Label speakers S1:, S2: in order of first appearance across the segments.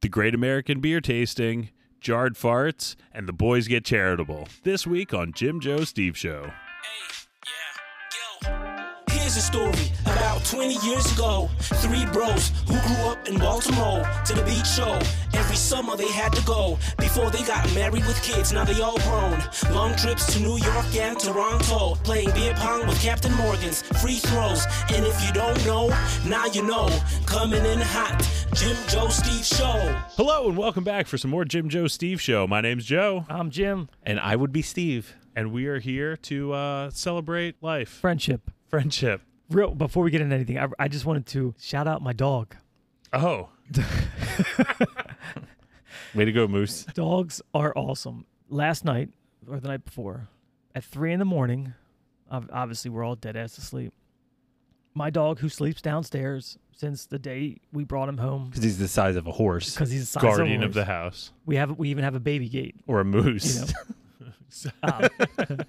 S1: the Great American Beer Tasting, Jarred Farts, and The Boys Get Charitable. This week on Jim Joe Steve Show.
S2: Here's a story about 20 years ago. Three bros who grew up in Baltimore to the beach show. Every summer they had to go before they got married with kids. Now they all grown. Long trips to New York and Toronto. Playing beer pong with Captain Morgan's free throws. And if you don't know, now you know. Coming in hot. Jim Joe Steve Show.
S1: Hello and welcome back for some more Jim Joe Steve Show. My name's Joe,
S3: I'm Um, Jim.
S4: And I would be Steve.
S1: and we are here to uh, celebrate life,
S3: Friendship.
S1: friendship.
S3: Real. Before we get into anything, I, I just wanted to shout out my dog.
S1: Oh,
S4: Way to go, Moose.
S3: Dogs are awesome. Last night or the night before, at three in the morning, ob- obviously we're all dead ass asleep. My dog, who sleeps downstairs since the day we brought him home,
S4: Because he's the size of a horse
S3: because he's a size
S1: guardian
S3: horse,
S1: of the house
S3: We have we even have a baby gate.
S4: or a
S3: You
S4: moose.
S3: know. Um,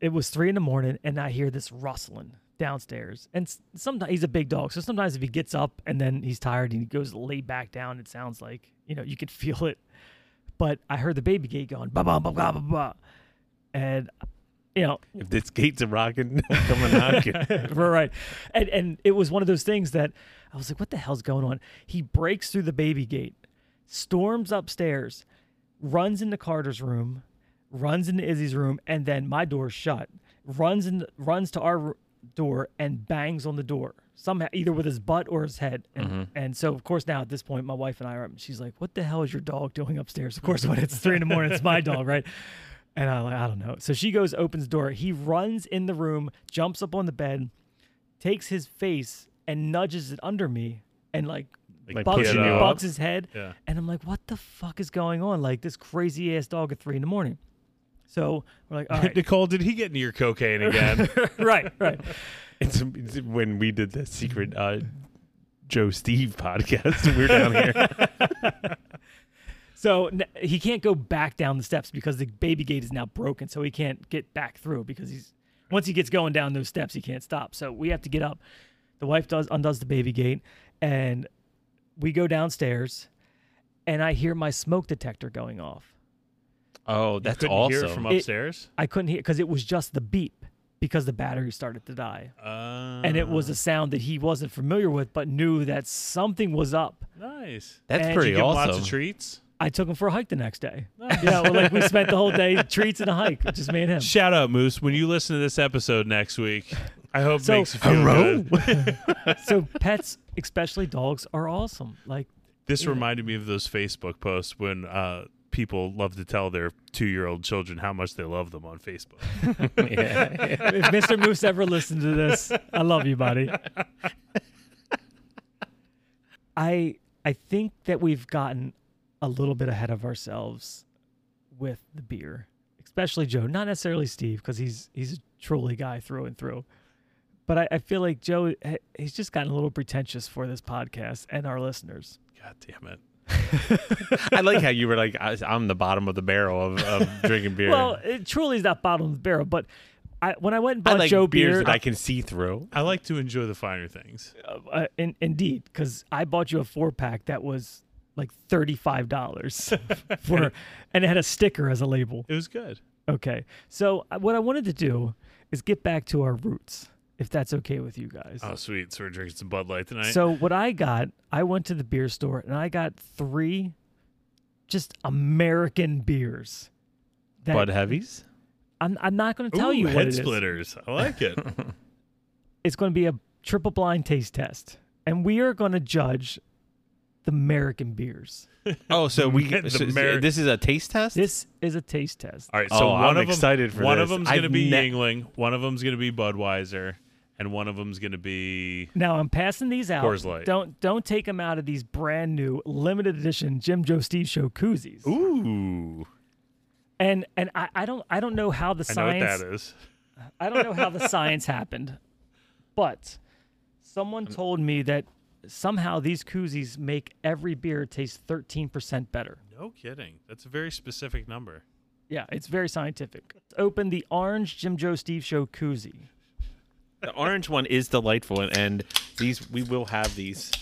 S3: it was three in the morning, and I hear this rustling downstairs. And sometimes he's a big dog, so sometimes if he gets up and then he's tired and he goes to lay back down, it sounds like you know you can feel it. But I heard the baby gate going ba ba ba ba ba ba, and you know
S4: If this gate's a rocking, come a knocking.
S3: right, right. And and it was one of those things that I was like, what the hell's going on? He breaks through the baby gate, storms upstairs, runs into Carter's room, runs into Izzy's room, and then my door's shut. Runs in, runs to our r- door and bangs on the door somehow, either with his butt or his head. And, and so, of course, now at this point, my wife and I are. up, and She's like, "What the hell is your dog doing upstairs?" Of course, when it's three in the morning, it's my dog, right? And I like, I don't know. So she goes, opens the door. He runs in the room, jumps up on the bed, takes his face and nudges it under me, and like,
S1: Like
S3: bugs,
S1: pushing you up?
S3: bugs his head.
S1: Yeah.
S3: And I'm like, what the fuck is going on? Like this crazy ass dog at three in the morning. So we're like, all right,
S1: Nicole, did he get near cocaine again?
S3: right, right.
S4: it's, it's when we did the secret uh, Joe Steve podcast. We're down here.
S3: So n- he can't go back down the steps because the baby gate is now broken. So he can't get back through because he's once he gets going down those steps, he can't stop. So we have to get up. The wife does undoes the baby gate, and we go downstairs, and I hear my smoke detector going off.
S4: Oh, that's
S1: Couldn't
S4: awesome.
S1: hear it from
S3: It-
S1: upstairs.
S3: I couldn't hear because it was just the beep because the battery started to die.
S1: Uh,
S3: and it was a sound that he wasn't familiar with, but knew that something was up.
S1: nice.
S4: that's
S3: and
S1: Did
S4: pretty
S1: you give him
S4: awesome.
S1: Lots of treats.
S3: I took him for a hike the next day. Yeah, well, like we spent the whole day treats and a hike, just me and him.
S1: Shout out, Moose. When you listen to this episode next week, I hope
S3: So-
S1: it makes you feel
S4: Hello?
S1: good.
S3: So pets, especially dogs, are awesome. Like
S1: This reminded me of those Facebook posts when uh, people love to tell their two-year-old children how much they love them on Facebook.
S4: Yeah.
S3: if Mr. Moose ever listened to this, I love you, buddy. I I think that we've gotten a little bit ahead of ourselves with the beer, especially Joe. Not necessarily Steve, because he's he's a truly guy through and through. But I, I feel like Joe eh, he's just gotten a little pretentious for this podcast and our listeners.
S1: God damn it!
S4: I like how you were like, I, I'm the bottom of the barrel of, of drinking beer.
S3: Well, it truly is not bottom of the barrel, but I, when I went and
S4: I
S3: bought
S4: like
S3: Joe
S4: beers
S3: beer,
S4: that I can see through.
S1: I like to enjoy the finer things.
S3: uh, in, indeed, because I bought you a four pack that was like thirty five dollars for, and it had a sticker as a label.
S1: It was good.
S3: Okay, so uh, what I wanted to do is get back to our roots, if that's okay with you guys.
S1: Oh, sweet. So we're drinking some Bud Light tonight.
S3: So what I got, I went to the beer store and I got three, just American beers. That
S4: Bud Heavies?
S3: I'm I'm not going to
S1: Ooh,
S3: tell you
S1: head
S3: what it is.
S1: splitters. I like it.
S3: it's going to be a triple blind taste test, and we are going to judge the American beers.
S4: Oh, so we.
S1: The
S4: so- so
S1: Ameri-
S4: this is a taste test?
S3: This is a taste test.
S1: All right. So
S4: Oh,
S1: one
S4: I'm
S1: of 'em-
S4: excited for
S1: one of
S4: this.
S1: them's going to
S4: I've
S1: be
S4: ne-
S1: Yingling. One of them's going to be Budweiser, and one of them's going to be
S3: Now I'm passing these out.
S1: Coors Light.
S3: Don't don't take them out of these brand new limited edition Jim Joe Steve Show koozies.
S1: ooh.
S3: And and I, I don't I don't know how the
S1: I know what
S3: science
S1: that is.
S3: I don't know how the science happened, but someone told me that somehow these koozies make every beer taste 13% better.
S1: No kidding. That's a very specific number.
S3: Yeah, it's very scientific. Let's open the orange Jim Joe Steve Show koozie.
S4: The orange one is delightful, and, and these we will have these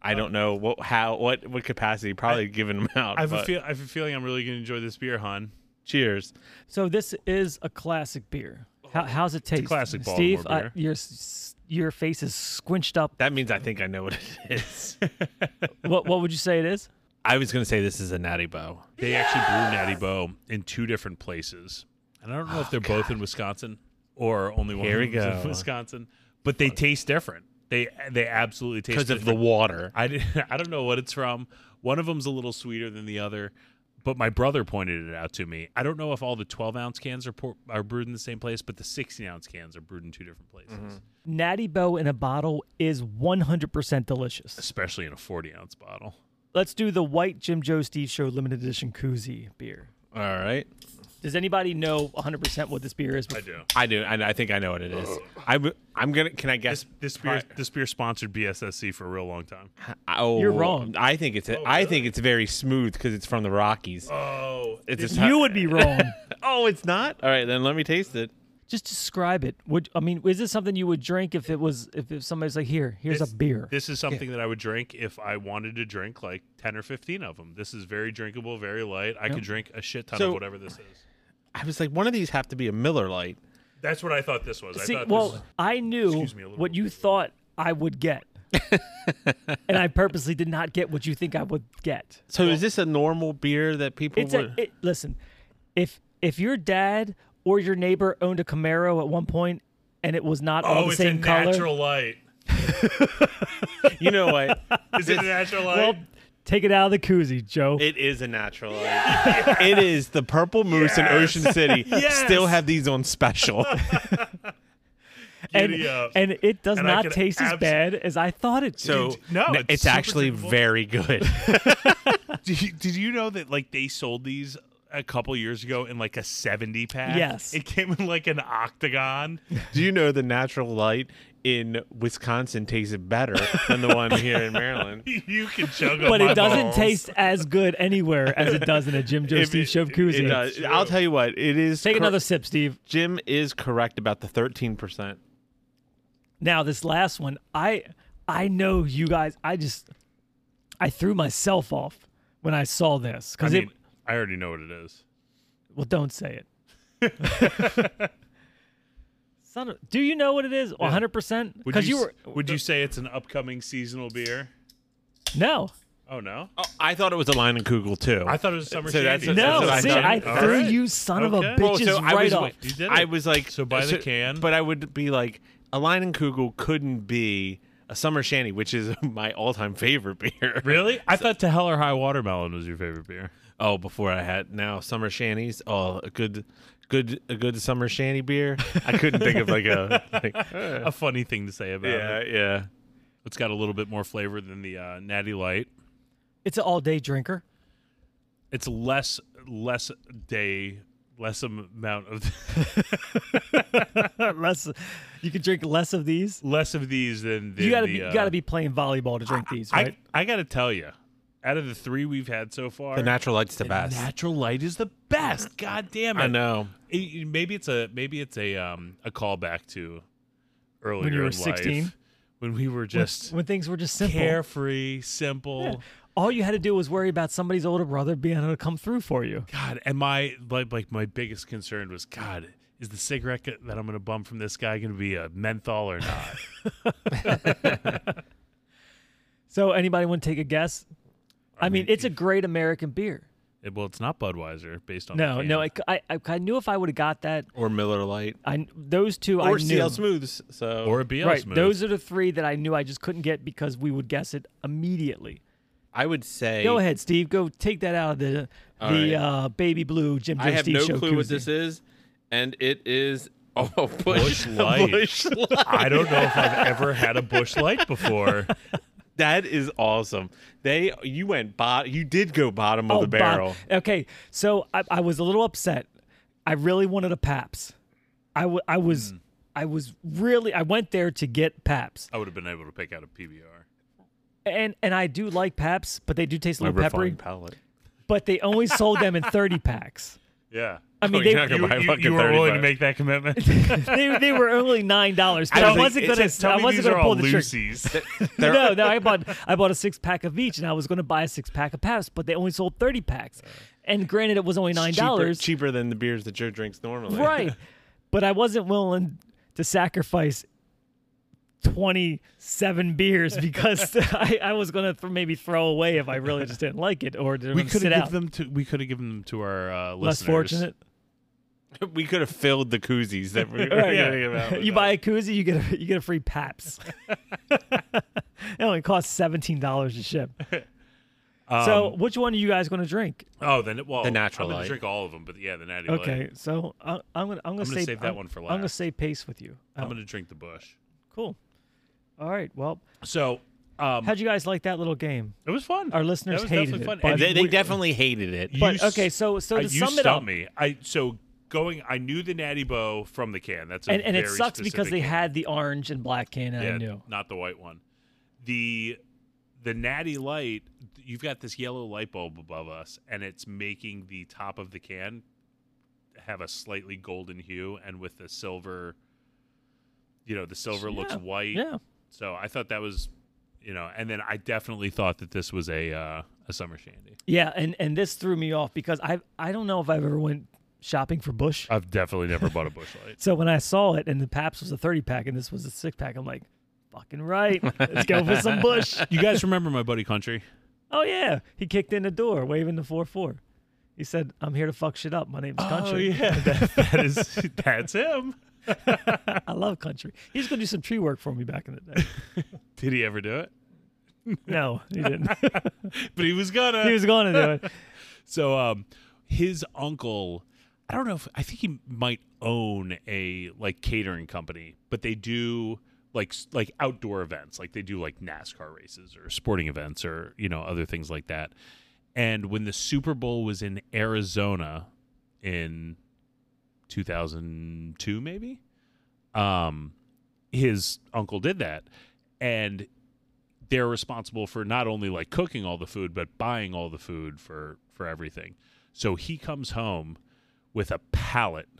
S4: I don't know what, how, what, what capacity. Probably giving them out.
S1: I have a
S4: but
S1: feel. I have a feeling I'm really gonna enjoy this beer, hon.
S4: cheers.
S3: So this is a classic beer. How, how's it taste?
S1: classic Baltimore
S3: Steve, I-
S1: beer.
S3: your s- your face is squinched up.
S4: That means I think I know what it is.
S3: what what would you say it is?
S4: I was gonna say this is a natty bow.
S1: They actually brew Natty Bow in two different places, and I don't know if they're both in Wisconsin or only one
S4: Oh, Here we
S1: of them's in
S4: go.
S1: Wisconsin, but they taste different. They they absolutely taste
S4: because of the
S1: different.
S4: water.
S1: I did, I don't know what it's from. One of them's a little sweeter than the other, but my brother pointed it out to me. I don't know if all the 12 ounce cans are pour, are brewed in the same place, but the 16 ounce cans are brewed in two different places,
S3: Natty Bow in a bottle is 100% delicious.
S1: especially in a 40 ounce bottle.
S3: Let's do the white Jim Joe Steve Show limited edition koozie beer.
S4: All right,
S3: Does anybody know 100% what this beer is?
S1: I do.
S4: I do. I, I think I know what it is. I w- I'm gonna. Can I guess
S1: This, this beer
S4: pri-
S1: this beer sponsored BSSC for a real long time.
S4: Oh,
S3: You're wrong.
S4: I think it's. I think it's very smooth because it's from the Rockies.
S1: Oh,
S4: it's a
S3: You would be wrong.
S4: Oh, it's not. All right, then let me taste it.
S3: Just describe it. Would I mean is this something you would drink if it was if, if somebody's like here, here's
S1: This-
S3: a beer.
S1: This is something that I would drink if I wanted to drink like 10 or 15 of them. This is very drinkable, very light. I could drink a shit ton
S4: So-
S1: of whatever this is.
S4: I was like, one of these have to be a Miller Lite.
S1: That's what I thought this was. I
S3: See,
S1: thought
S3: well,
S1: this
S3: I knew
S1: Excuse me a little
S3: what
S1: bit.
S3: you thought I would get. and I purposely did not get what you think I would get.
S4: So is this a normal beer that people
S3: It's
S4: would?
S3: a, it, listen, if if your dad or your neighbor owned a Camaro at one point and it was not all
S1: oh,
S3: the
S1: it's
S3: same
S1: a
S3: color,
S1: natural light.
S4: you know what?
S1: Is it a natural light?
S3: well, take it out of the koozie, Joe.
S4: It is a natural light. It is the Purple Moose in Ocean City.
S1: Yes.
S4: Still have these on special.
S3: and,
S1: Giddy up.
S3: and it does
S1: And I
S3: not
S1: can
S3: taste as
S1: abs-
S3: bad as I thought it. did.
S4: So
S1: No,
S4: n-
S1: it's
S4: it's,
S1: super
S4: actually
S1: drinkable.
S4: very good.
S1: Did you, did you know that like they sold these a couple years ago in like a 70 pack?
S3: Yes.
S1: It came in like an octagon.
S4: Do you know the natural light in Wisconsin tasted better than the one here in Maryland?
S1: you can chug up
S3: but
S1: my
S3: it doesn't
S1: balls.
S3: taste as good anywhere as it does in a Jim Joe
S4: If
S3: Steve
S4: it-
S3: Show
S4: it
S3: koozie.
S4: does. I'll tell you what, it is.
S3: Take
S4: cor-
S3: another sip, Steve.
S4: Jim is correct about the 13%.
S3: Now this last one, I I know you guys. I just I threw myself off when I saw
S1: I
S3: this because it.
S1: mean, I already know what it is.
S3: Well, don't say it. Son of, do you know what it is? One hundred percent.
S1: Would
S3: Because you,
S1: s-
S3: were
S1: Would you say it's an upcoming seasonal beer?
S3: no.
S1: Oh no.
S4: Oh, I thought it was a line in Kugel too.
S1: I thought it was summer
S4: So that's
S1: shandy.
S4: a-
S3: No,
S4: what I
S3: see,
S4: thought.
S3: I
S1: All
S3: threw
S1: right.
S3: you son of a
S1: Okay.
S3: bitches
S1: Well,
S3: right
S4: Oh, I was,
S3: off.
S1: You did
S4: I
S1: it.
S4: was like,
S1: So by the can?
S4: But I would be like, a line in Kugel couldn't be a summer shandy, which is my all-time favorite beer.
S1: Really? I thought To Hell or High Watermelon was your favorite beer.
S4: Oh, before I had now summer shanties. Oh, a good, good, a good summer shandy beer. I couldn't think of like a. Like,
S1: A funny thing to say about
S4: yeah,
S1: it.
S4: yeah.
S1: It's got a little bit more flavor than the uh, Natty Light.
S3: It's an all-day drinker.
S1: It's less less day less am- amount of
S3: less, you could drink less of these.
S1: less of these than the
S3: You gotta
S1: the,
S3: be,
S1: uh,
S3: you gotta be playing volleyball to drink these, right?
S1: I, I gotta tell you, out of the three we've had so far,
S4: The natural light's the best.
S1: natural light is the best. God damn it!
S4: I know.
S1: It- maybe it's a maybe it's a um a callback to earlier
S3: you were
S1: in life,
S3: 16?
S1: when we were just
S3: when things were just simple.
S1: carefree, simple.
S3: All you had to do was worry about somebody's older brother being able to come through for you.
S1: God, and my like like my biggest concern was God. Is the cigarette that I'm going to bum from this guy going to be a menthol or not?
S3: So anybody want to take a guess? I, mean,
S1: mean,
S3: it's a great American beer.
S1: It- well, it's not Budweiser based on
S3: No,
S1: the
S3: no,
S1: can.
S3: I, I, I- I knew if I would have got that,
S4: Or Miller Light.
S3: I those two I
S4: Or
S3: knew.
S4: CL Smooths. So
S1: or a BL
S3: right,
S1: smooth.
S3: those are the three that I knew I just couldn't get because we would guess it immediately.
S4: I would say.
S3: Go ahead, Steve. Go take that out of the
S4: All
S3: the
S4: right.
S3: uh, baby blue Jim.
S4: I
S3: Joe
S4: have
S3: Steve
S4: no
S3: show
S4: clue what
S3: koozie.
S4: this is, and it is oh
S1: Busch
S4: Bush,
S1: Light.
S4: Busch Light.
S1: I don't know if I've ever had a bush light before.
S4: That is awesome. They you went bot you did go bottom of
S3: Oh,
S4: the
S3: Bob.
S4: barrel.
S3: Okay, so I, I was a little upset. I really wanted a Paps. I wa- I
S4: Hmm.
S3: was I was really I went there to get Paps.
S1: I would have been able to pick out a PBR.
S3: and and I do like Paps, but they do taste a little
S4: refined
S3: peppery.
S4: palate.
S3: But they only sold them in thirty packs.
S1: Yeah.
S3: I mean,
S4: Oh,
S3: they,
S4: you're not gonna
S5: You,
S4: buy a
S5: you-
S4: fucking
S5: you were willing
S4: 35.
S5: to make that commitment.
S3: they, they were only nine dollars. I,
S5: was like,
S3: wasn't
S5: it
S3: gonna.
S5: says, tell
S3: I
S5: me
S3: wasn't
S5: these are
S3: gonna pull
S5: all
S3: the trigger.
S5: Lucy's.
S4: They're-
S3: No, no, I bought I bought a six pack of each, and I was going to buy a six pack of Pabst, but they only sold thirty packs. And granted, it was only nine
S4: it's cheaper-
S3: dollars,
S4: cheaper, than the beers that Joe drinks normally.
S3: right? But I wasn't willing to sacrifice twenty seven beers because I, I was going to th- maybe throw away if I really just didn't like it or didn't
S1: We
S3: wanna
S1: could
S3: sit
S1: have
S3: out.
S1: given them to we could have given them to our uh,
S3: Less
S1: listeners.
S3: fortunate.
S4: we could have filled the koozies that we were
S3: Right.
S4: getting about.
S3: you buy a koozie, you get a, you get a free Paps. it only costs seventeen dollars to ship. so,
S1: Um,
S3: which one are you guys going to drink?
S1: Oh, then it, well,
S4: The natural
S1: I'm gonna
S4: light.
S1: drink all of them, but yeah, the natty light.
S3: Okay, so I, I'm gonna I'm gonna,
S1: gonna
S3: say-
S1: save that
S3: I'm-
S1: one for
S3: I'm gonna
S1: last.
S3: say pace with you.
S1: I'm
S3: Oh,
S1: gonna drink the bush.
S3: cool. All right. Well,
S1: So, um,
S3: how'd you guys like that little game?
S1: it was fun.
S3: Our
S1: that
S3: listeners
S1: was
S3: hated
S1: definitely
S3: it,
S1: fun.
S3: but-
S1: And
S4: They, they
S1: we-
S4: definitely hated it.
S1: you
S3: But
S1: s-
S3: okay, so so
S1: uh,
S3: to
S1: you
S3: sum it
S1: stumped
S3: up,
S1: me. I so going. I knew the natty bow from the can. That's a
S3: and, and it
S1: very
S3: sucks because
S1: specific
S3: they
S1: can.
S3: had the orange and black can, and
S1: yeah,
S3: I knew.
S1: not the white one. The the natty light. You've got this yellow light bulb above us, and it's making the top of the can have a slightly golden hue, and with the silver. You know, the silver looks
S3: Yeah,
S1: white.
S3: Yeah.
S1: So I thought that was, you know, and then I definitely thought that this was a uh, a summer shandy.
S3: Yeah, and and this threw me off because I I don't know if I've ever went shopping for Bush.
S1: I've definitely never bought a bush light.
S3: So when I saw it, and the Paps was a thirty pack, and this was a six pack, I'm like, fucking right, let's go for some Bush.
S1: You guys remember my buddy Country?
S3: Oh yeah, he kicked in the door, waving the four four. He said, "I'm here to fuck shit up. My name's Country.
S1: yeah, that, that is that's him.
S3: I love Country. He's gonna do some tree work for me back in the day."
S1: Did he ever do it?
S3: No, he didn't.
S1: But he was gonna.
S3: he was going to do it.
S1: So um his uncle I don't know if I think he might own a like catering company, but they do like s- like outdoor events, like they do like NASCAR races or sporting events or you know other things like that. And when the Super Bowl was in Arizona in 2002 maybe, um his uncle did that and they're responsible for not only like cooking all the food but buying all the food for for everything so he comes home with a pallet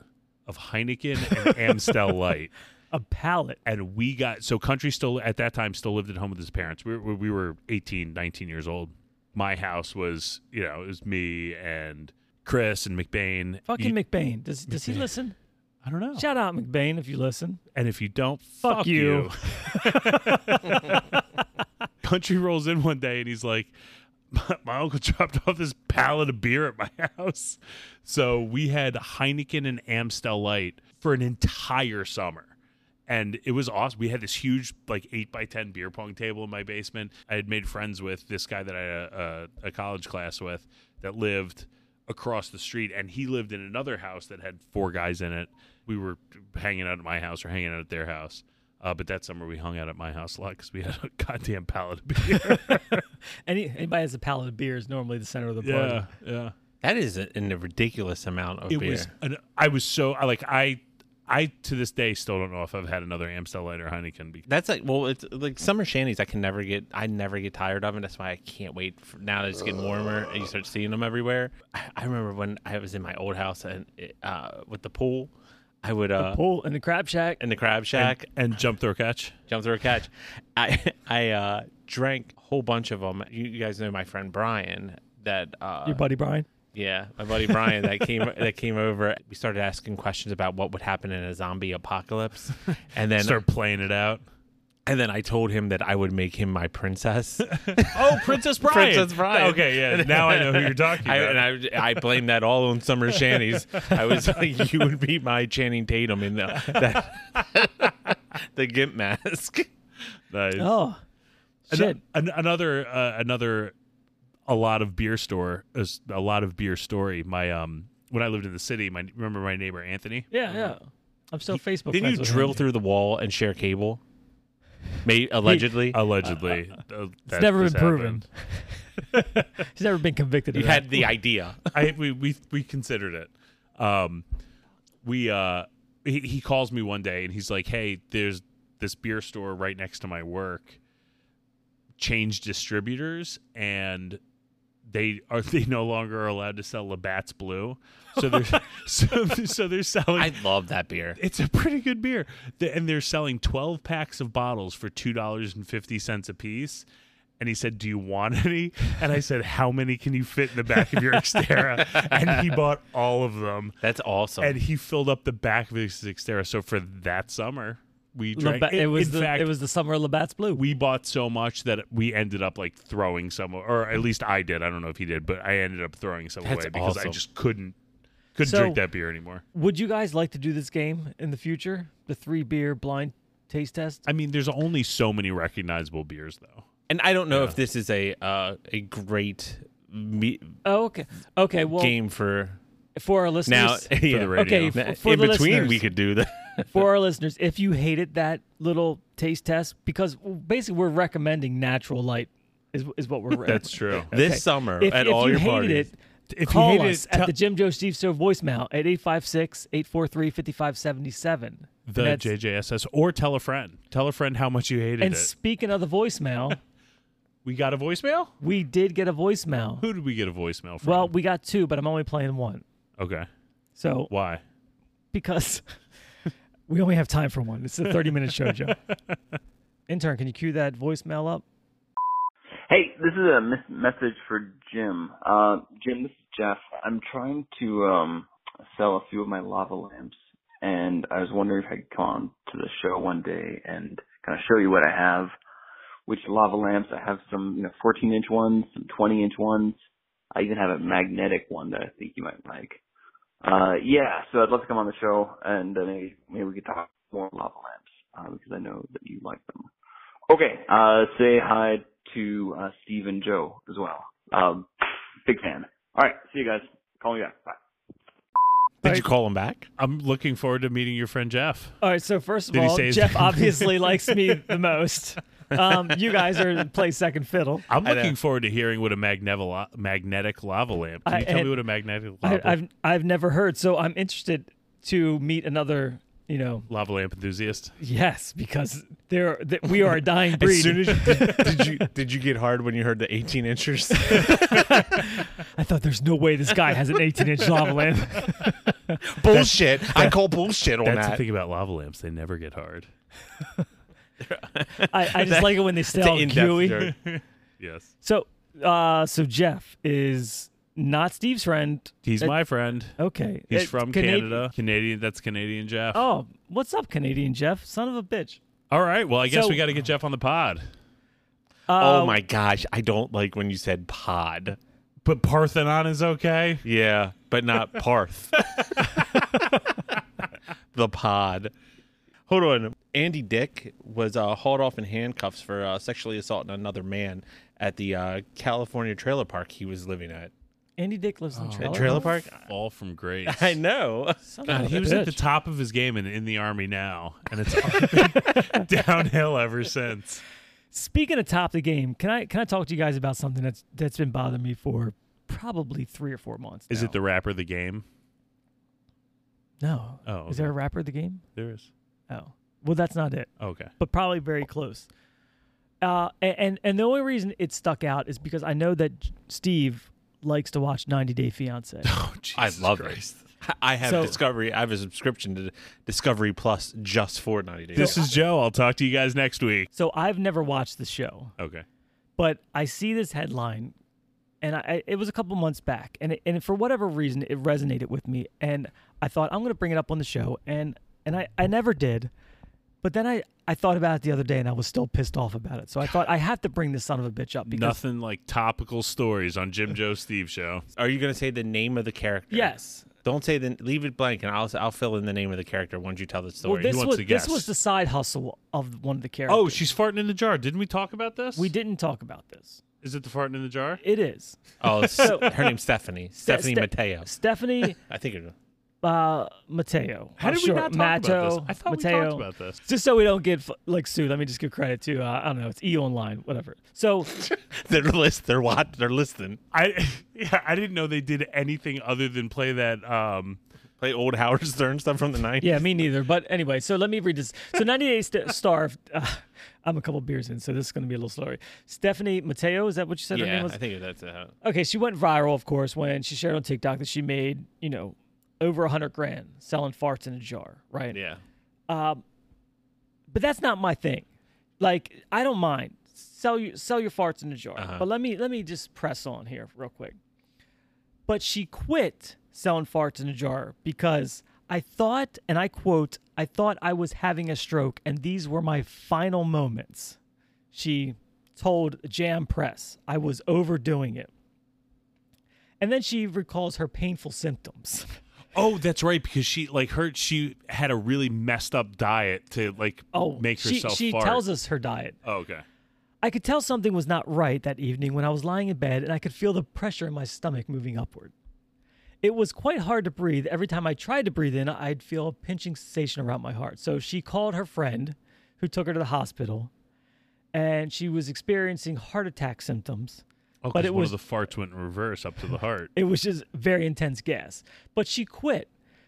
S1: of heineken and amstel light
S3: A pallet.
S1: and we got so country still at that time still lived at home with his parents we were, we were 18 19 years old my house was you know it was me and chris and mcbain
S3: Fucking
S1: You-
S3: McBain. Does does he listen?
S1: i don't know
S3: Shout out McBain if you listen.
S1: and if you don't,
S3: Fuck
S1: fuck,
S3: you.
S1: you. Country rolls in one day and he's like, my, my uncle dropped off this pallet of beer at my house. So we had Heineken and Amstel Light for an entire summer. And it was awesome. We had this huge, like, 8 by 10 beer pong table in my basement. I had made friends with this guy that I had a, a, a college class with that lived across the street. And he lived in another house that had four guys in it. We were hanging out at my house or hanging out at their house. Uh, but that summer we hung out at my house a lot because we had a goddamn pallet of beer.
S3: Any anybody has a pallet of beer is normally the center of the party.
S1: Yeah, yeah.
S4: That is a, in a ridiculous amount of
S1: It
S4: beer.
S1: was. An, I was so. I like. I. I to this day still don't know if I've had another Amstel Light or Heineken. Because
S4: That's like well, it's like summer shanties. I can never get, I never get tired of, and that's why I can't wait. For, now that it's getting warmer, and you start seeing them everywhere. I, I remember when I was in my old house and it, uh, with the pool, I would uh,
S3: Pool in the crab shack.
S4: in the crab shack
S1: and jump throw catch.
S4: jump through a catch. I I uh, drank a whole bunch of them. You, you guys know my friend Brian that uh,
S3: Your buddy Brian.
S4: yeah, my buddy Brian that came that came over. We started asking questions about what would happen in a zombie apocalypse, and then
S1: Start playing it out.
S4: and then I told him that I would make him my princess.
S1: Oh, Princess Bride.
S4: Princess Bride.
S1: Okay, yeah. Now I know who you're talking
S4: I,
S1: about.
S4: and I, I blame that all on Summer Shanties. I was like, you would be my Channing Tatum in the that- the gimp mask.
S1: nice.
S3: Oh.
S1: Ano-
S3: Shit.
S1: an- another uh, another a lot of beer store is a lot of beer story. My um when I lived in the city, my remember my neighbor Anthony.
S3: Yeah, yeah. I'm still Facebook.
S4: Didn't
S3: friends
S4: you
S3: with
S4: drill
S3: him.
S4: through the wall and share cable? May allegedly.
S1: Allegedly, uh, that
S3: It's never
S1: this
S3: been proven.
S1: happened.
S3: He's never been convicted. Of
S4: you
S3: that.
S4: had the idea.
S1: I we we we considered it. Um, we uh, he, he calls me one day and he's like, "Hey, there's this beer store right next to my work. Change distributors, and they are they no longer are allowed to sell Labatt's Blue, so they're so, so they're selling.
S4: I love that beer.
S1: it's a pretty good beer, The- and they're selling twelve packs of bottles for two dollars and fifty cents a piece. And he said, "Do you want any?" And I said, "How many can you fit in the back of your Xterra?" and he bought all of them,
S4: That's awesome.
S1: and he filled up the back of his Xterra. So for that summer, we drank.
S3: Labatt- it
S1: in-
S3: was
S1: in
S3: the
S1: fact,
S3: it was the summer of Labatt's Blue.
S1: we bought so much that we ended up like throwing some, or at least I did. I don't know if he did, but I ended up throwing some
S4: That's
S1: away because I
S4: awesome.
S1: just couldn't couldn't
S3: So-
S1: drink that beer anymore.
S3: Would you guys like to do this game in the future? The three beer blind taste test.
S1: I mean, there's only so many recognizable beers, though.
S4: and I don't know if this is a uh, a great me-
S3: Oh, okay. Okay. Well,
S4: game for
S3: for our listeners,
S4: now. yeah.
S1: the radio.
S3: Okay, f- for
S4: in
S3: the
S4: between, we
S3: listeners.
S4: could do that.
S3: for our listeners, if you hated that little taste test, because basically we're recommending natural light is, is what we're.
S1: That's true.
S4: This summer
S3: if,
S4: at
S3: if
S4: all
S3: you
S4: your
S3: hated
S4: parties.
S3: it,
S1: If you
S3: call
S1: hated
S3: us
S1: it,
S3: at
S1: tell-
S3: the Jim Joe Steve Show voicemail at 856-843-5577.
S1: The
S3: That's-
S1: JJSS, or tell a friend. Tell a friend how much you hated
S3: And
S1: it.
S3: speaking of the voicemail,
S1: we got a voicemail.
S3: we did get a voicemail.
S1: Who did we get a voicemail from?
S3: Well, we got two, but I'm only playing one.
S1: okay.
S3: So
S1: Why?
S3: because we only have time for one. It's a 30 minute show, Joe. Intern, can you cue that voicemail up?
S5: Hey, this is a mes- message for Jim. Uh, Jim, this is Jeff. I'm trying to um, sell a few of my lava lamps, and I was wondering if I could come on to the show one day and kind of show you what I have, which lava lamps. I have some, you know, 14 inch ones, some 20 inch ones. I even have a magnetic one that I think you might like. Uh, yeah, so I'd love to come on the show, and uh, maybe maybe we could talk more lava lamps uh, because I know that you like them. Okay. Uh, say hi to uh, Steve and Joe as well. Um, big fan. All right. See you guys. Call me back. Bye.
S4: Did you call him back?
S1: I'm looking forward to meeting your friend Jeff.
S3: All right. So first of
S1: Did he
S3: all,
S1: say his
S3: Jeff
S1: name?
S3: obviously likes me the most. Um, you guys are play second fiddle.
S1: I'm
S4: I know.
S1: looking forward to hearing what a magnev- magnetic lava lamp. Can
S3: I-
S1: you tell
S3: and-
S1: me what a magnetic
S3: I,
S1: lava,
S3: I've I've never heard, so I'm interested to meet another. You know,
S1: lava lamp enthusiast?
S3: yes, because there that we are a dying breed.
S4: As soon as you, did, did you did you get hard when you heard the 18 inchers?
S3: I thought there's no way this guy has an 18 inch lava lamp.
S4: bullshit! I call bullshit on
S1: That's the
S4: that.
S1: thing about lava lamps; they never get hard.
S3: I, I just like it when they stay all
S4: in-depth
S3: gooey.
S4: joke.
S1: Yes,
S3: So, uh, so Jeff is not Steve's friend.
S1: he's
S3: Uh,
S1: my friend.
S3: Okay,
S1: He's
S3: It-
S1: from
S3: Cana-
S1: Canada. Canadian. That's Canadian Jeff.
S3: Oh, what's up, Canadian Jeff? Son of a bitch.
S1: All right. Well, I guess
S3: So-
S1: we got to get Jeff on the pod.
S3: Uh,
S4: oh my gosh, I don't like when you said pod.
S1: But Parthenon is okay.
S4: Yeah, but not Parth. the pod. Hold on. Andy Dick was uh, hauled off in handcuffs for uh, sexually assaulting another man at the uh, California trailer park he was living at.
S3: Andy Dick lives in
S4: At
S3: trailer.
S4: trailer park?
S1: Fall from grace.
S4: I know.
S3: Son
S1: God,
S3: of
S1: he
S3: a
S1: was
S3: bitch.
S1: at the top of his game and in the army now, and it's all been downhill ever since.
S3: Speaking of top of the game, can I can I talk to you guys about something that's that's been bothering me for probably three or four months?
S1: Is
S3: now.
S1: it the rapper, the game?
S3: no?
S1: Oh,
S3: is there a
S1: okay.
S3: rapper of the game?
S1: There is.
S3: Oh, well, that's not it.
S1: Oh, Okay.
S3: but probably very close. Uh, a- and and the only reason it stuck out is because I know that J- Steve likes to watch 90 Day Fiance.
S1: Oh,
S4: I
S1: Jesus
S4: love
S1: Christ.
S4: it. I have
S3: So-
S4: Discovery. I have a subscription to Discovery Plus just for 90 days.
S1: This is Joe. I'll talk to you guys next week.
S3: so I've never watched the show,
S1: Okay.
S3: but I see this headline, and I- I it was a couple months back, and it, and for whatever reason it resonated with me, and I thought I'm going to bring it up on the show, and and I I never did, but then I. I thought about it the other day and I was still pissed off about it. So I thought I have to bring this son of a bitch up because
S1: Nothing like topical stories on Jim Joe Steve show.
S4: Are you going to say the name of the character?
S3: yes,
S4: Don't say the leave it blank, and I'll I'll fill in the name of the character once you tell the story.
S3: Well, this
S1: He wants
S3: was
S1: to
S3: this
S1: guess.
S3: was the side hustle of one of the characters.
S1: Oh, she's farting in the jar. Didn't we talk about this?
S3: We didn't talk about this.
S1: Is it the farting in the jar?
S3: It is
S4: oh, so, her name's Stephanie. Stephanie
S3: Ste-
S4: Mateo.
S3: Stephanie
S4: I think it.
S3: uh, Mateo.
S1: How
S3: I'm
S1: did we
S3: sure.
S1: not talk
S3: Matto,
S1: about this? I thought
S3: Mateo.
S1: we talked about this.
S3: Just so we don't get like sued, let me just give credit to uh, I don't know. It's E Online, whatever. So
S4: They're list. They're watch. They're listening.
S1: I yeah, I didn't know they did anything other than play that um
S4: play old Howard Stern stuff from the 90s.
S3: Yeah, me neither. But anyway, so let me read this. So 90 Days to Starve. Uh, I'm a couple beers in, so this is going to be a little slow. Stephanie Mateo, is that what you said her name
S4: Yeah,
S3: was?
S4: I think that's uh,
S3: okay, she went viral, of course, when she shared on TikTok that she made, you know, over 100 grand selling farts in a jar, right?
S4: yeah.
S3: But that's not my thing. Like, I don't mind. Sell you sell your farts in a jar.
S1: Uh-huh.
S3: But let me let me just press on here real quick. But she quit selling farts in a jar because I thought, and I quote, I thought I was having a stroke and these were my final moments. She told Jam Press I was overdoing it. And then she recalls her painful symptoms.
S1: Oh, that's right, because she like her she had a really messed up diet to like
S3: Oh,
S1: make
S3: she,
S1: herself
S3: she
S1: fart.
S3: tells us her diet.
S1: oh, okay.
S3: I could tell something was not right that evening when I was lying in bed and I could feel the pressure in my stomach moving upward. It was quite hard to breathe. Every time I tried to breathe in, I'd feel a pinching sensation around my heart. So she called her friend who took her to the hospital and she was experiencing heart attack symptoms.
S1: Oh,
S3: But
S1: because
S3: it
S1: one
S3: was-
S1: of the farts went in reverse up to the heart.
S3: It was just very intense gas. But she quit.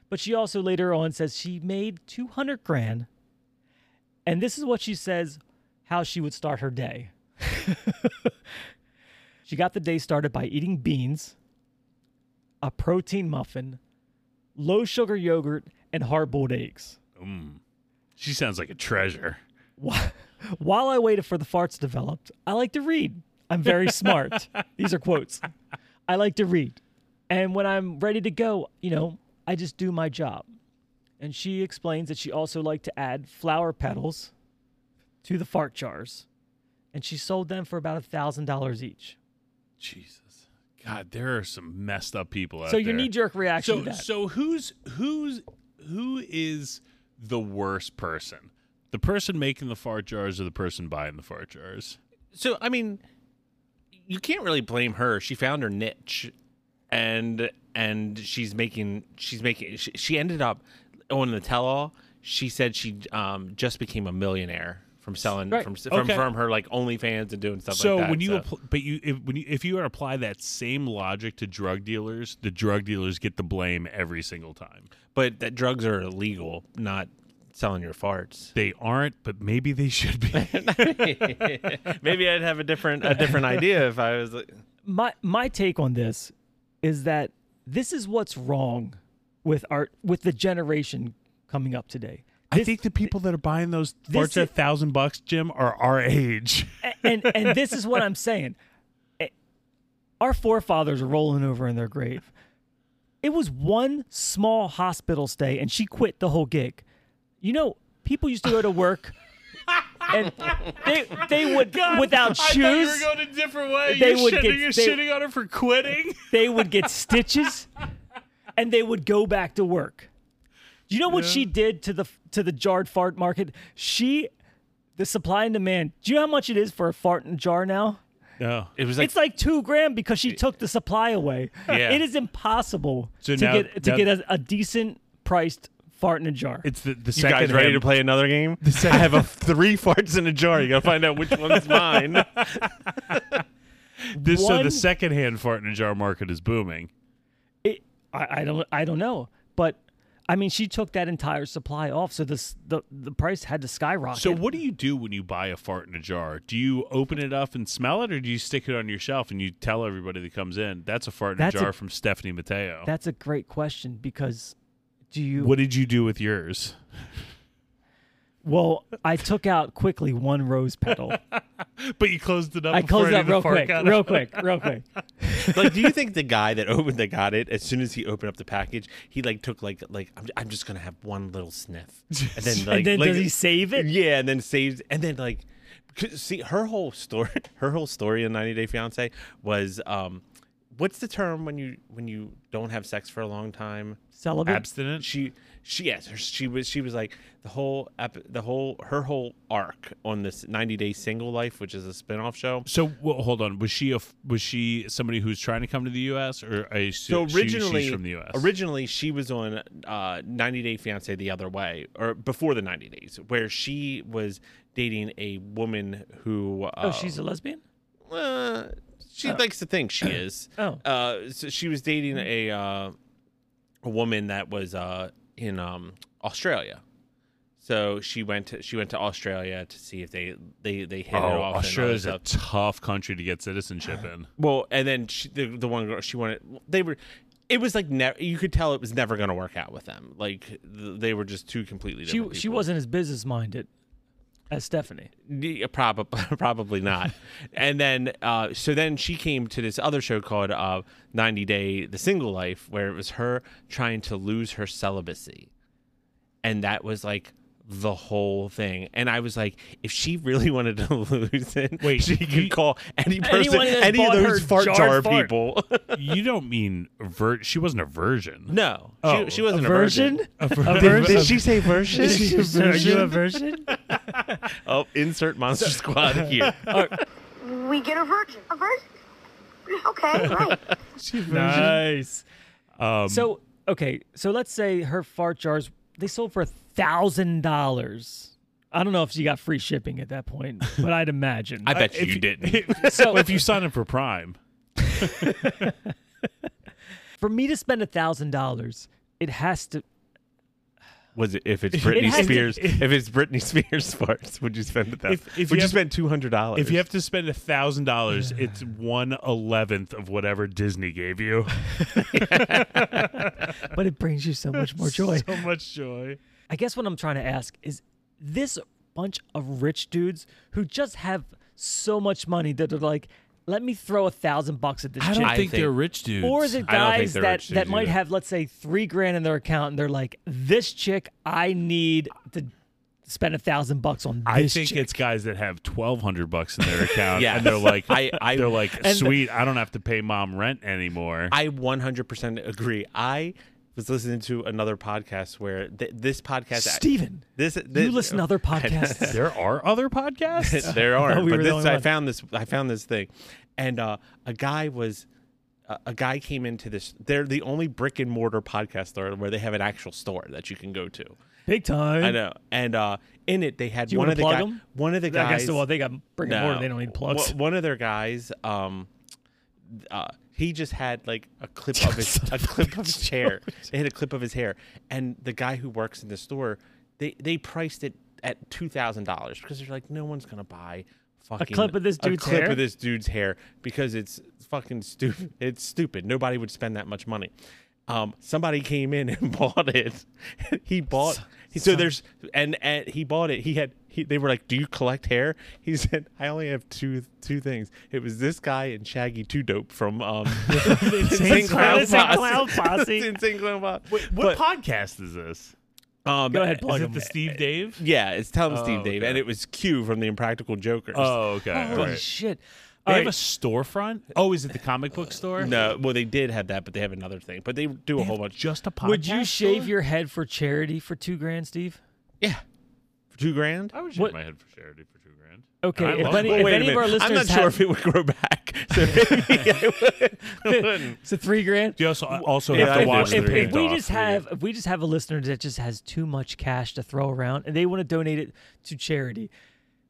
S3: But she also later on says she made 200 grand. And this is what she says how she would start her day. she got the day started by eating beans, a protein muffin, low sugar yogurt, and hard boiled eggs.
S1: She sounds like a treasure.
S3: Wh- While I waited for the farts to develop, I like to read. I'm very smart. These are quotes. I like to read. And when I'm ready to go, you know, I just do my job. And she explains that she also liked to add flower petals to the fart jars. And she sold them for about a $1,000 each.
S1: Jesus, God, there are some messed up people out
S3: so
S1: there.
S3: your knee jerk reaction
S1: So,
S3: to that.
S1: so who's who's who is the worst person? The person making the fart jars or the person buying the fart jars?
S4: So, I mean, you can't really blame her. She found her niche and and she's making she's making she, she ended up on the tell all. She said she um just became a millionaire from selling
S3: Right.
S4: from from,
S1: Okay.
S4: from her like OnlyFans and doing stuff
S1: So
S4: like that.
S1: when you appl- but you if, when you if you were to apply that same logic to drug dealers, the drug dealers get the blame every single time.
S4: but that drugs are illegal, not selling your farts.
S1: They aren't, but maybe they should be.
S4: Maybe I'd have a different a different idea if I was like,
S3: my my take on this is that this is what's wrong with our with the generation coming up today.
S1: I think the people that are buying those
S3: this
S1: farts
S3: is-
S1: at thousand bucks, Jim, are our age.
S3: and and this is what I'm saying. Eh, Our forefathers are rolling over in their grave. It was one small hospital stay, and she quit the whole gig. You know, people used to go to work, and they they would without shoes.
S1: a different way.
S3: They You're would shitting- get- you're they- shitting
S1: on her for quitting.
S3: they would get stitches and they would go back to work. You know what she did to the to the jarred fart market? She the supply and demand. Do you know how much it is for a fart in a jar now?
S1: No.
S4: it was like
S3: it's like two grand because she took the supply away.
S4: Yeah.
S3: It is impossible
S1: So
S3: to
S1: now-
S3: get to
S1: now-
S3: get a, a decent priced fart in a jar.
S1: It's the, the
S4: you
S1: second
S4: guys ready
S1: hand-
S4: to play another game? I have a three farts in a jar. You gotta find out which one's mine.
S1: This, so
S3: One-
S1: the second hand fart in a jar market is booming.
S3: It, I, I don't I don't know, but I mean she took that entire supply off, so this the the price had to skyrocket.
S1: So what do you do when you buy a fart in a jar? Do you open it up and smell it, or do you stick it on your shelf and you tell everybody that comes in that's a fart in
S3: That's a-
S1: a jar from Stephanie Mateo?
S3: That's a great question because do you
S1: what did you do with yours?
S3: Well, I took out quickly one rose petal.
S1: But you closed it up.
S3: I
S1: before
S3: closed
S1: any
S3: up
S1: of the
S3: real
S1: fart
S3: quick,
S1: got out.
S3: real quick, real quick.
S4: like, do you think the guy that opened that got it as soon as he opened up the package, he like took like like I'm, I'm just gonna have one little sniff, and then like
S3: and then
S4: like-
S3: does he save it?
S4: Yeah, and then saves, and then like, 'cause, see her whole story. Her whole story in 90 Day Fiance was um, what's the term when you when you don't have sex for a long time?
S3: Celibate.
S1: Abstinent.
S4: She she yes her, she was she was like the whole ep, the whole her whole arc on this 90 Day Single Life, which is a spin-off show.
S1: So well, hold on. Was she a f- was she somebody who's trying to come to the U.S. or I
S4: So
S1: assume she-
S4: originally,
S1: she's from the U.S.
S4: originally she was on uh, 90 Day Fiance the other way, or before the 90 days, where she was dating a woman who. Uh,
S3: oh, she's a lesbian.
S4: uh, she likes to think she is.
S3: Oh.
S4: Uh, so she was dating a uh, a woman that was uh, in um, Australia. So she went to she went to Australia to see if they they they hit it off. and all
S1: Oh, Australia's
S4: that
S1: a
S4: stuff.
S1: tough country to get citizenship in.
S4: Well, and then she, the, the one girl she wanted, they were. It was like never. You could tell it was never going to work out with them. Like th- they were just two completely.
S3: She
S4: different
S3: she
S4: people.
S3: wasn't as business minded as Stephanie.
S4: Yeah, Prob- probably not. and then, uh, so then she came to this other show called uh, 90 Day The Single Life, where it was her trying to lose her celibacy. And that was like the whole thing. And I was like, if she really wanted to lose it,
S1: Wait,
S4: she could
S1: you-
S4: call any person,
S3: Anyone that
S4: any of
S3: bought
S4: those
S3: her
S4: fart
S3: jar
S4: jar
S3: fart.
S4: people.
S1: you don't mean ver- she wasn't a virgin.
S4: no,
S1: Oh,
S4: she, she wasn't a virgin.
S3: version? A virgin?
S4: Did she say version?
S3: Is she a virgin? Are you a virgin?
S4: oh, insert Monster Squad here.
S6: We get a virgin. A virgin? Okay, right.
S3: nice.
S1: Um,
S3: So okay, so let's say her fart jars they sold for a thousand dollars. I don't know if she got free shipping at that point, but I'd imagine.
S4: I bet
S1: Uh, if
S4: you didn't.
S1: so if you sign up for Prime,
S3: For me to spend a thousand dollars, it has to.
S4: Was it if it's Britney
S3: has to-
S4: Spears? if it's Britney Spears farts, would you spend it that?
S1: If- if
S4: would
S1: you
S4: you,
S1: have-
S4: spend two hundred dollars?
S1: if you have to spend a thousand dollars, it's one eleventh of whatever Disney gave you.
S3: But it brings you so much more joy.
S1: so much joy.
S3: I guess what I'm trying to ask is this bunch of rich dudes who just have so much money that they're like, let me throw a thousand bucks at this chick.
S4: I think they're
S1: rich dudes.
S3: Or is it
S4: I don't think
S3: guys
S4: they're
S3: that,
S4: rich dudes
S3: that might
S4: either.
S3: have, let's say, three grand in their account and they're like, this chick, I need to spend a thousand bucks on this
S1: I think
S3: chick.
S1: it's guys that have twelve hundred bucks in their account,
S4: Yeah.
S1: and they're like,
S4: I- I-
S1: they're like,
S4: the-
S1: sweet, I don't have to pay mom rent anymore.
S4: I one hundred percent agree. I was listening to another podcast where th- this podcast.
S3: Steven,
S4: this,
S3: you
S4: this-
S3: listen to other podcasts.
S1: there are other podcasts.
S4: there are,
S3: we
S4: but
S3: were the
S4: this
S3: only
S4: I
S3: one.
S4: found this I found this thing, and uh, a guy was. a- A guy came into this. They're the only brick and mortar podcast store where they have an actual store that you can go to.
S3: Big time.
S4: I know, and uh, in it they had
S3: you
S4: one
S3: wanna
S4: of the
S3: plug
S4: guy-
S3: 'em?
S4: one of the
S3: I
S4: guys.
S3: guess, well, they got brick and mortar. They don't need plugs.
S4: One, one of their guys, um, uh, he just had like a clip of his a clip of his hair. They had a clip of his hair, and the guy who works in the store, they they priced it at two thousand dollars because they're like, no one's gonna buy. Fucking,
S3: clip of this
S4: a
S3: dude's
S4: clip
S3: hair?
S4: of this dude's hair because it's fucking stupid. It's stupid. Nobody would spend that much money. Um, somebody came in and bought it. he bought. so there's and and he bought it. He had. He, they were like, "Do you collect hair?" He said, "I only have two two things. It was this guy and Shaggy Two Dope from um, Insane Clown
S3: Clown Posse.
S4: Posse.
S3: Posse.
S4: Insane Clown Posse.
S1: what podcast is this?
S4: But, um,
S3: Go ahead, plug
S1: Is
S3: 'em.
S1: it the Steve Dave?
S4: Yeah, it's Tell 'em Steve Dave,
S1: okay.
S4: and it was Q from the Impractical Jokers.
S1: Oh, okay. all
S3: Holy
S1: right.
S3: shit.
S1: They
S3: All
S1: have a
S3: right.
S1: storefront. Oh, is it the comic book store?
S4: No, well, they did have that, but they have another thing. But they do a whole bunch.
S1: Just a podcast.
S3: Would you shave
S1: store?
S3: your head for charity for two grand, Steve?
S4: yeah, for two grand.
S1: I would shave
S3: What-
S1: my head for charity for two grand.
S3: Okay,
S1: And I
S3: if
S1: love
S3: any-
S1: my
S3: if
S1: hair.
S3: any of our listeners
S4: I'm not sure
S3: have-
S4: if it would grow back. So maybe I would.
S3: So three grand.
S1: You also also
S4: Yeah,
S1: have
S4: I
S1: to
S4: do.
S1: watch the
S4: If-
S3: If,
S1: paint
S3: if we
S1: off.
S3: just have if we just have a listener that just has too much cash to throw around and they want to donate it to charity,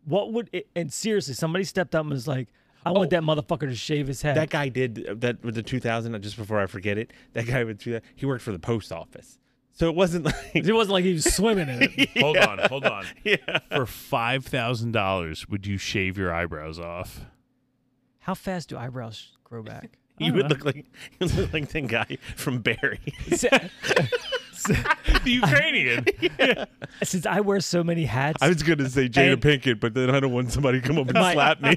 S3: what would it, and seriously somebody stepped up and was like, I want that motherfucker to shave his head.
S4: That guy did uh, that with the 2000. Just before I forget it, that guy with that he worked for the post office, so it wasn't like
S3: it wasn't like he was swimming in it.
S1: Hold on, hold on. For five thousand dollars, would you shave your eyebrows off?
S3: How fast do eyebrows grow back?
S4: you would look like you look like that guy from Barry.
S1: The Ukrainian.
S3: Since I wear so many hats,
S4: I was gonna say Jada
S3: And-
S4: Pinkett, but then I don't want somebody to come up and
S3: My-
S4: slap me.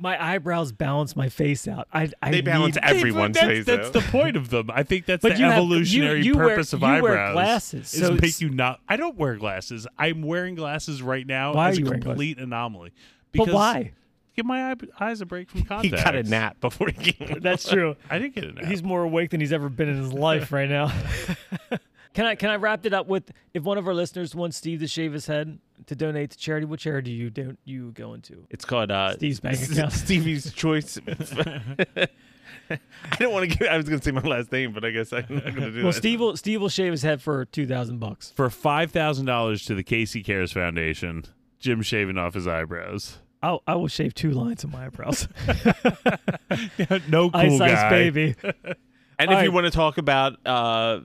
S3: my eyebrows balance my face out. I, I
S4: They balance
S3: need-
S4: out. Everyone's
S1: that's,
S4: face,
S1: that's
S4: though.
S1: the point of them. I think that's
S3: But
S1: the
S3: you have- you-
S1: evolutionary
S3: you wear-
S1: purpose of
S3: you wear
S1: eyebrows.
S3: glasses,
S1: is
S3: so
S1: make
S3: it's-
S1: you not. I don't wear glasses. I'm wearing glasses right now
S3: Why are
S1: as
S3: you
S1: a
S3: wearing glasses?
S1: complete anomaly.
S3: But
S1: Because
S3: why?
S1: Give my eye- eyes a break from
S4: he
S1: contact.
S4: got a nap before he came.
S3: That's true.
S1: I didn't get a nap.
S3: He's more awake than he's ever been in his life right now. can I can I wrap it up with if one of our listeners wants Steve to shave his head to donate to charity, what charity you don't you going to?
S4: It's called uh,
S3: Steve's bank
S4: S-
S3: account.
S4: Stevie's choice. I don't want to give. I was gonna say my last name, but I guess I'm not gonna do that.
S3: Well, Steve will Steve will shave his head for two thousand bucks.
S1: for five thousand dollars to the Casey Cares Foundation. Jim shaving off his eyebrows.
S3: I I will shave two lines of my eyebrows.
S1: no cool
S3: Ice
S1: guy.
S3: ice baby.
S4: And
S3: All
S4: if you
S3: right.
S4: want to talk about uh,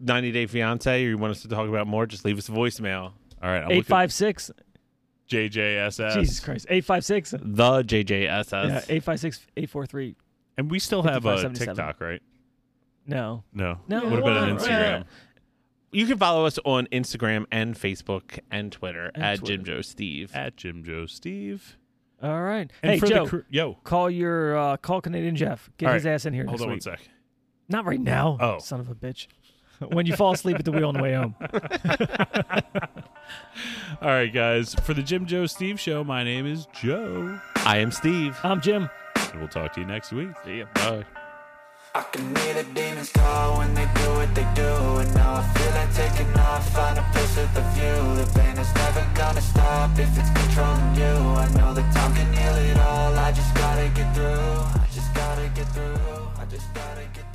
S4: 90 Day Fiance, or you want us to talk about more, just leave us a voicemail.
S1: All right, I'm
S3: Eight
S1: looking-
S3: five six.
S1: JJSS.
S3: Jesus Christ. Eight five six.
S4: The JJSS.
S3: Yeah. Eight five six eight four three.
S1: And we still have a
S3: 5577.
S1: TikTok, right?
S3: No.
S1: No.
S3: No,
S1: What about
S3: why
S1: an
S3: not?
S1: Instagram?
S4: You can follow us on Instagram and Facebook and Twitter
S3: And
S4: at
S3: Twitter.
S4: Jim Joe Steve.
S1: At Jim Joe Steve.
S3: All right.
S1: And
S3: hey
S1: for
S3: Joe,
S1: the cr- yo.
S3: call your uh, call Canadian Jeff. Get
S1: All
S3: his
S1: right.
S3: ass in here.
S1: Hold
S3: next
S1: on one
S3: week.
S1: sec.
S3: Not right now.
S1: Oh.
S3: son of a bitch. when you fall asleep at the wheel on the way home.
S1: All right, guys. For the Jim Joe Steve show, my name is Joe,
S4: I am Steve.
S3: I'm Jim.
S1: and we'll talk to you next week.
S4: See ya. Bye.
S7: I can hear the demons call when they do what they do And now I feel like taking off, find a place with a view The pain is never gonna stop if it's controlling you I know that time can heal it all, I just gotta get through I just gotta get through, I just gotta get through